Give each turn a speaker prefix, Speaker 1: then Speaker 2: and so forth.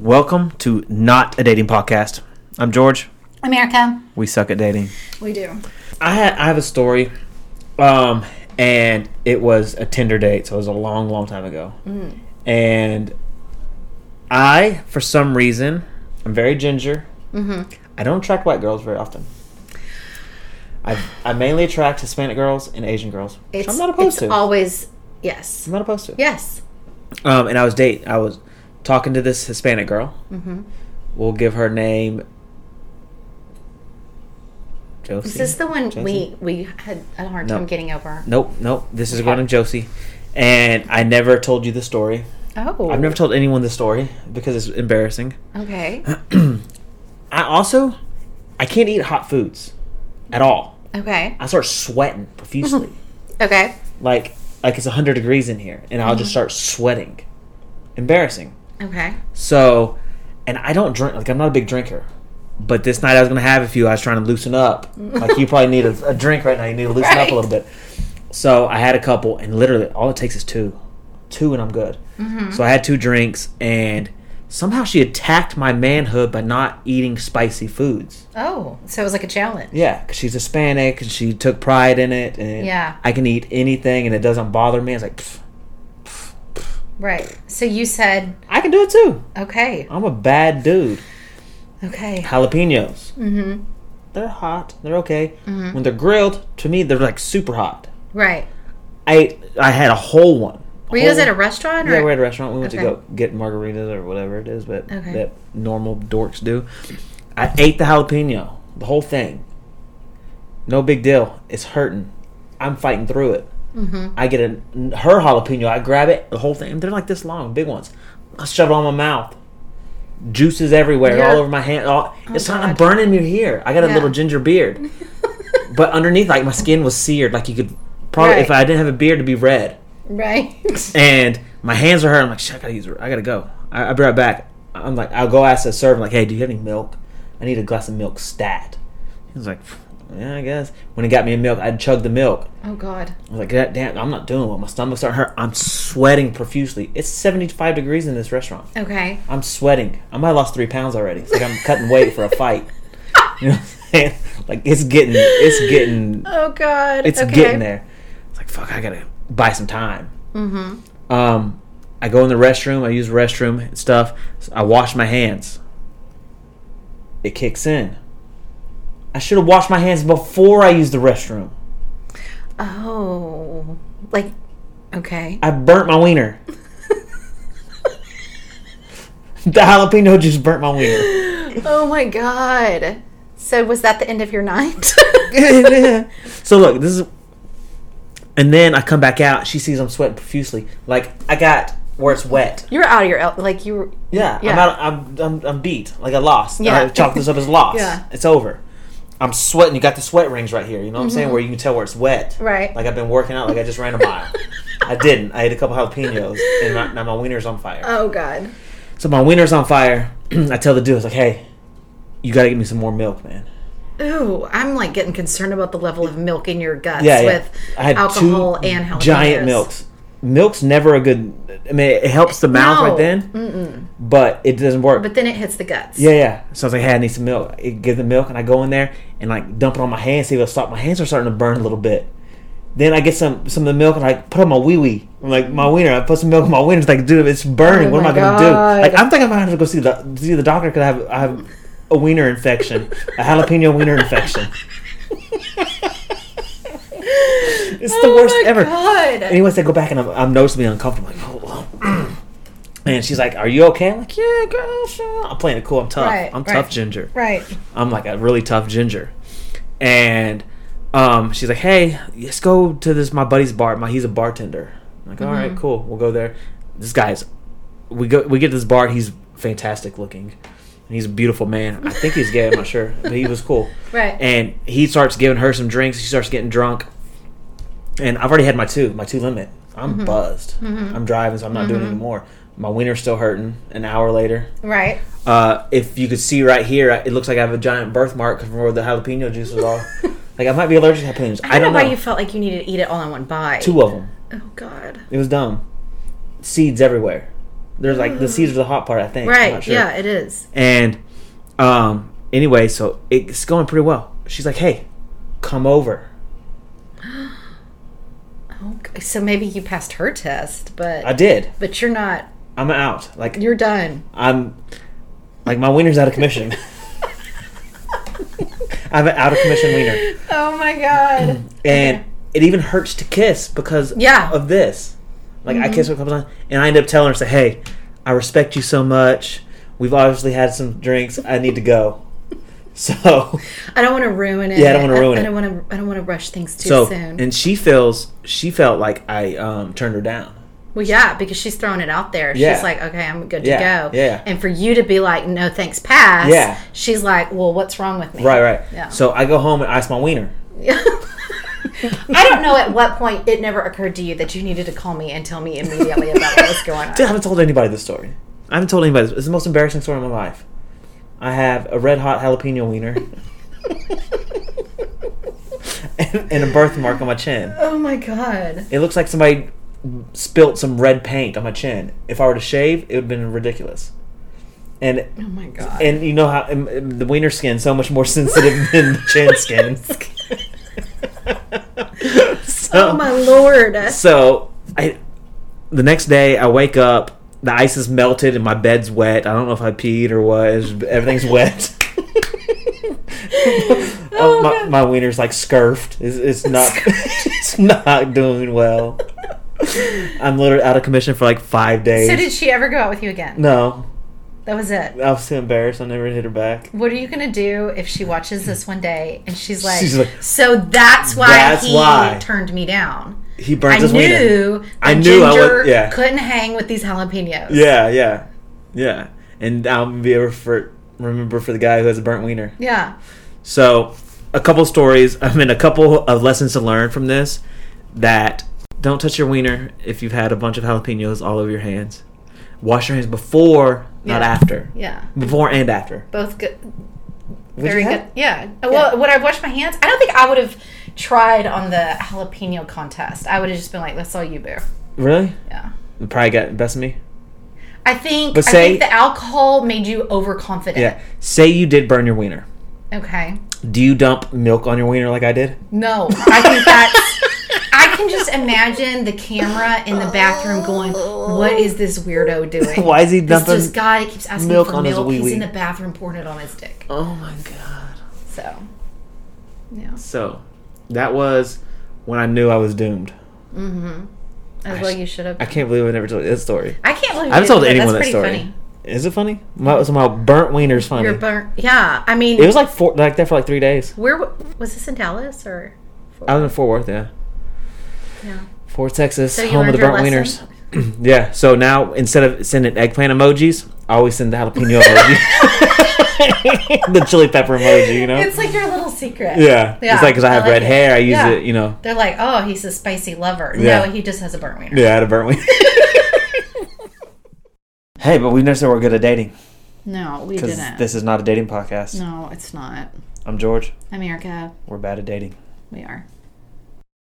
Speaker 1: Welcome to Not a Dating Podcast. I'm George.
Speaker 2: America.
Speaker 1: We suck at dating.
Speaker 2: We do.
Speaker 1: I ha- I have a story, um, and it was a Tinder date, so it was a long, long time ago.
Speaker 2: Mm.
Speaker 1: And I, for some reason, I'm very ginger.
Speaker 2: Mm-hmm.
Speaker 1: I don't attract white girls very often. I I mainly attract Hispanic girls and Asian girls, which
Speaker 2: It's,
Speaker 1: I'm not opposed
Speaker 2: it's
Speaker 1: to. Mm-hmm.
Speaker 2: always yes.
Speaker 1: I'm not opposed to.
Speaker 2: Yes.
Speaker 1: Um, and I was date. I was talking to this Hispanic girl.
Speaker 2: Mm-hmm.
Speaker 1: We'll give her name. Josie.
Speaker 2: Is this the one we
Speaker 1: Josie?
Speaker 2: we had a hard
Speaker 1: No.
Speaker 2: time getting over?
Speaker 1: Nope, nope. This is
Speaker 2: Okay.
Speaker 1: going to Josie, and I never told you the story.
Speaker 2: Oh.
Speaker 1: I've never told anyone the story because it's embarrassing.
Speaker 2: Okay.
Speaker 1: I also, I can't eat hot foods at all.
Speaker 2: Okay.
Speaker 1: I start sweating profusely,
Speaker 2: Okay.
Speaker 1: like like it's hundred degrees in here, and I'll
Speaker 2: Mm-hmm.
Speaker 1: just start sweating. Embarrassing.
Speaker 2: Okay.
Speaker 1: So, and I don't drink. Like I'm not a big drinker. But this night I was gonna have a few. I was trying to loosen up. Like you probably need a, a drink right now. You need to loosen up a
Speaker 2: Right.
Speaker 1: little bit. So I had a couple, and literally all it takes is two, two, and I'm good.
Speaker 2: Mm-hmm.
Speaker 1: So I had two drinks, and somehow she attacked my manhood by not eating spicy foods.
Speaker 2: Oh, so it was like a challenge.
Speaker 1: Yeah, 'cause she's Hispanic and she took pride in it, and
Speaker 2: Yeah.
Speaker 1: I can eat anything and it doesn't bother me. It's like pff,
Speaker 2: Right. So you said
Speaker 1: I can do it too.
Speaker 2: okay.
Speaker 1: I'm a bad dude.
Speaker 2: Okay.
Speaker 1: jalapenos. Mm-hmm. They're hot. They're okay.
Speaker 2: Mm-hmm.
Speaker 1: When they're grilled, to me, they're like super hot.
Speaker 2: Right.
Speaker 1: I I had a whole one.
Speaker 2: Were you guys
Speaker 1: Whole-
Speaker 2: at a restaurant or
Speaker 1: Yeah, we're at a restaurant. We went
Speaker 2: Okay.
Speaker 1: to go get margaritas or whatever it is, but
Speaker 2: Okay.
Speaker 1: that normal dorks do. I ate the jalapeno, the whole thing. No big deal. It's hurting. I'm fighting through it.
Speaker 2: Mm-hmm.
Speaker 1: I get a, her jalapeno. I grab it, the whole thing. They're like this long, big ones. I shove it on my mouth. Juices everywhere,
Speaker 2: Yeah. Oh,
Speaker 1: all over my hand. All, it's kind
Speaker 2: God.
Speaker 1: of burning me here. I got a
Speaker 2: Yeah.
Speaker 1: little ginger beard, but underneath, like my skin was seared. Like you could probably, if
Speaker 2: Right.
Speaker 1: I didn't have a beard, it'd be red
Speaker 2: right.
Speaker 1: and my hands are hurt. I'm like, shit, I gotta use. I gotta go. I, I'll be right back. I'm like, I'll go ask the server. like, hey, do you have any milk? I need a glass of milk stat. He was like, yeah, I guess. When he got me a milk, I'd chug the milk.
Speaker 2: oh God.
Speaker 1: I was like, God damn, I'm not doing well. My stomach's starting to hurt. I'm sweating profusely. It's 75 degrees in this restaurant.
Speaker 2: Okay.
Speaker 1: I'm sweating. I might have lost three pounds already. It's like I'm cutting weight for a fight. You know what I'm saying? Like it's getting, it's getting
Speaker 2: Oh God.
Speaker 1: it's getting there. It's like fuck, I gotta buy some time. Mm-hmm. Um, I go in the restroom. I use the restroom and stuff. So I wash my hands. It kicks in. I should have washed my hands before I used the restroom.
Speaker 2: Oh. Like. Okay.
Speaker 1: I burnt my wiener. the jalapeno just burnt my wiener.
Speaker 2: Oh my God. So was that the end of your night?
Speaker 1: so look, this is. And then I come back out. She sees I'm sweating profusely. Like I got where it's wet.
Speaker 2: you were out of your el- like you were
Speaker 1: Yeah,
Speaker 2: Yeah.
Speaker 1: I'm, out, I'm I'm I'm beat. Like I lost.
Speaker 2: Yeah.
Speaker 1: I chalk this up as loss.
Speaker 2: Yeah.
Speaker 1: it's over. I'm sweating. You got the sweat rings right here. You know what I'm saying? Where you can tell where it's wet.
Speaker 2: Mm-hmm. Right.
Speaker 1: Like I've been working out. Like I just ran a mile. I didn't. I ate a couple jalapenos, and my, now my wiener's on fire.
Speaker 2: Oh God.
Speaker 1: so my wiener's on fire. I tell the dude, I was like, "Hey, you got to get me some more milk, man."
Speaker 2: Ooh, I'm like getting concerned about the level of milk in your guts
Speaker 1: Yeah, yeah.
Speaker 2: with alcohol and jalapenos.
Speaker 1: giant milks. Milk's never a good. I mean, it helps the mouth
Speaker 2: No.
Speaker 1: right then, but it doesn't work.
Speaker 2: But then it hits the guts.
Speaker 1: Yeah, yeah. So I was like, hey, I need some milk. I give the milk, and I go in there and like dump it on my hands, see if it'll stop. My hands are starting to burn a little bit. Then I get some some of the milk and I put on my wee wee, like my wiener. I put some milk on my wiener. It's like, dude, it's burning.
Speaker 2: Oh
Speaker 1: what am
Speaker 2: my
Speaker 1: I gonna do?
Speaker 2: God.
Speaker 1: Like, I'm thinking I'm gonna have to go see the see the doctor because I have I have a wiener infection, a jalapeno wiener infection. it's the
Speaker 2: Oh
Speaker 1: worst
Speaker 2: my
Speaker 1: ever.
Speaker 2: God.
Speaker 1: Anyways, I go back and I'm, I'm noticeably uncomfortable. Like, oh, oh. and she's like, "Are you okay?" I'm like, "Yeah, girl, sure." I'm playing it cool. I'm tough.
Speaker 2: Right,
Speaker 1: I'm
Speaker 2: right.
Speaker 1: tough ginger.
Speaker 2: Right.
Speaker 1: I'm like a really tough ginger. And um, she's like, "Hey, let's go to this my buddy's bar. My he's a bartender." I'm like, "All right, cool. We'll go there." This guy's we go we get to this bar. He's fantastic looking. And he's a beautiful man. I think he's gay. I'm not sure, but he was cool.
Speaker 2: Right.
Speaker 1: And he starts giving her some drinks. She starts getting drunk. And I've already had my two, my two limit. I'm buzzed. I'm driving, so I'm not doing any more. My wiener's still hurting. An hour later,
Speaker 2: right.
Speaker 1: uh, if you could see right here, it looks like I have a giant birthmark from where the jalapeno juice was all. like I might be allergic to jalapenos. I
Speaker 2: I don't
Speaker 1: don't
Speaker 2: know
Speaker 1: know.
Speaker 2: why you felt like you needed to eat it all in one bite.
Speaker 1: Two of them.
Speaker 2: Oh God.
Speaker 1: It was dumb. Seeds everywhere. There's like the Caesar's a hot part, I think. I'm
Speaker 2: Right.
Speaker 1: not sure.
Speaker 2: Yeah, it is.
Speaker 1: And um, anyway, so it's going pretty well. She's like, "Hey, come over."
Speaker 2: Okay. Oh, So maybe you passed her test, but
Speaker 1: I did.
Speaker 2: but you're not.
Speaker 1: I'm out. Like
Speaker 2: You're done.
Speaker 1: I'm, like my wiener's out of commission. I'm an out of commission wiener,
Speaker 2: Oh my god.
Speaker 1: and it even hurts to kiss because
Speaker 2: Yeah. Mm-hmm.
Speaker 1: of this. Like I kiss her a couple times, and I end up telling her, "Say, hey, I respect you so much. We've obviously had some drinks. I need to go." So
Speaker 2: I don't want to ruin it.
Speaker 1: Yeah, I don't wanna ruin
Speaker 2: I,
Speaker 1: it.
Speaker 2: don't want to. I don't want to rush things too
Speaker 1: so
Speaker 2: soon.
Speaker 1: and she feels she felt like I um, turned her down.
Speaker 2: well, yeah, because she's throwing it out there.
Speaker 1: Yeah.
Speaker 2: She's like, okay, I'm good
Speaker 1: Yeah,
Speaker 2: to go.
Speaker 1: yeah.
Speaker 2: And for you to be like, no, thanks, pass.
Speaker 1: Yeah.
Speaker 2: She's like, well, what's wrong with me?
Speaker 1: Right, right.
Speaker 2: Yeah.
Speaker 1: So I go home and ice my wiener.
Speaker 2: I don't know at what point it never occurred to you that you needed to call me and tell me immediately about what was going on.
Speaker 1: I haven't told anybody this story. I haven't told anybody. This. It's the most embarrassing story of my life. I have a red hot jalapeno wiener and, and a birthmark on my chin.
Speaker 2: oh my god.
Speaker 1: It looks like somebody spilt some red paint on my chin. If I were to shave, it would have been ridiculous. And
Speaker 2: Oh my god.
Speaker 1: and you know how and- and the wiener skin so much more sensitive than the chin skin. so,
Speaker 2: oh my lord.
Speaker 1: so I the next day I wake up, the ice is melted and my bed's wet. I don't know if I peed or what. It's- Everything's wet.
Speaker 2: Oh,
Speaker 1: my,
Speaker 2: God.
Speaker 1: my wiener's like scurfed. It's, it's not. it's not doing well. I'm literally out of commission for like five days.
Speaker 2: so did she ever go out with you again?
Speaker 1: no,
Speaker 2: That was it.
Speaker 1: I was too embarrassed. I never hit her back.
Speaker 2: What are you gonna do if she watches this one day and she's like,
Speaker 1: She's like,
Speaker 2: so that's why
Speaker 1: "That's
Speaker 2: he
Speaker 1: why."
Speaker 2: turned me down.
Speaker 1: He burns
Speaker 2: I
Speaker 1: his wiener.
Speaker 2: knew
Speaker 1: I
Speaker 2: I
Speaker 1: knew I
Speaker 2: ginger
Speaker 1: was- yeah.
Speaker 2: couldn't hang with these jalapenos.
Speaker 1: Yeah, yeah, yeah. And I'll be ever for remember for the guy who has a burnt wiener.
Speaker 2: Yeah.
Speaker 1: So, a couple stories. I mean, a couple of lessons to learn from this. That don't touch your wiener if you've had a bunch of jalapenos all over your hands. Wash your hands before, not
Speaker 2: Yeah.
Speaker 1: after.
Speaker 2: Yeah.
Speaker 1: Before and after.
Speaker 2: Both good
Speaker 1: Would
Speaker 2: Very
Speaker 1: you
Speaker 2: good.
Speaker 1: have-
Speaker 2: Yeah. Well, would I have washed my hands? I don't think I would have tried on the jalapeno contest. I would have just been like, "That's all you, boo."
Speaker 1: Really?
Speaker 2: Yeah.
Speaker 1: You probably got the best of me.
Speaker 2: I think.
Speaker 1: But
Speaker 2: I
Speaker 1: say-
Speaker 2: think the alcohol made you overconfident.
Speaker 1: Yeah. Say you did burn your wiener.
Speaker 2: Okay.
Speaker 1: Do you dump milk on your wiener like I did?
Speaker 2: No, I think that's. I can just imagine the camera in the bathroom going, "What is this weirdo doing?"
Speaker 1: Why is he
Speaker 2: This
Speaker 1: dumping?
Speaker 2: just guy that keeps asking
Speaker 1: milk
Speaker 2: for
Speaker 1: on his
Speaker 2: milk. He's
Speaker 1: wee-wee?
Speaker 2: in the bathroom pouring it on his dick.
Speaker 1: oh my god.
Speaker 2: So, yeah,
Speaker 1: So, that was when I knew I was doomed.
Speaker 2: as well you should have.
Speaker 1: I can't believe I never told you this story.
Speaker 2: I can't believe you
Speaker 1: I haven't told
Speaker 2: did
Speaker 1: anyone that
Speaker 2: That's
Speaker 1: story.
Speaker 2: pretty funny.
Speaker 1: Is it funny? My, so my burnt wiener's funny.
Speaker 2: You're burnt. Yeah, I mean,
Speaker 1: It was like four, like there for like three days.
Speaker 2: Where w- was this in Dallas or?
Speaker 1: I was in Fort Worth, yeah,
Speaker 2: Yeah.
Speaker 1: Fort Worth, Texas,
Speaker 2: So you
Speaker 1: home of the
Speaker 2: learned your
Speaker 1: burnt wieners.
Speaker 2: lesson?
Speaker 1: yeah. So now instead of sending eggplant emojis, I always send the jalapeno emoji, the chili pepper emoji. You know?
Speaker 2: It's like your little secret.
Speaker 1: yeah.
Speaker 2: Yeah,
Speaker 1: It's like because I
Speaker 2: I
Speaker 1: have
Speaker 2: like
Speaker 1: red
Speaker 2: it.
Speaker 1: hair, I use
Speaker 2: Yeah.
Speaker 1: it. You know?
Speaker 2: They're like, oh, he's a spicy lover.
Speaker 1: Yeah.
Speaker 2: No, he just has a burnt wiener.
Speaker 1: Yeah, I had a burnt wiener. hey, but we never said we're good at dating
Speaker 2: No, we
Speaker 1: because
Speaker 2: didn't.
Speaker 1: this is not a dating podcast.
Speaker 2: no, it's not.
Speaker 1: I'm George.
Speaker 2: America,
Speaker 1: We're bad at dating.
Speaker 2: we are.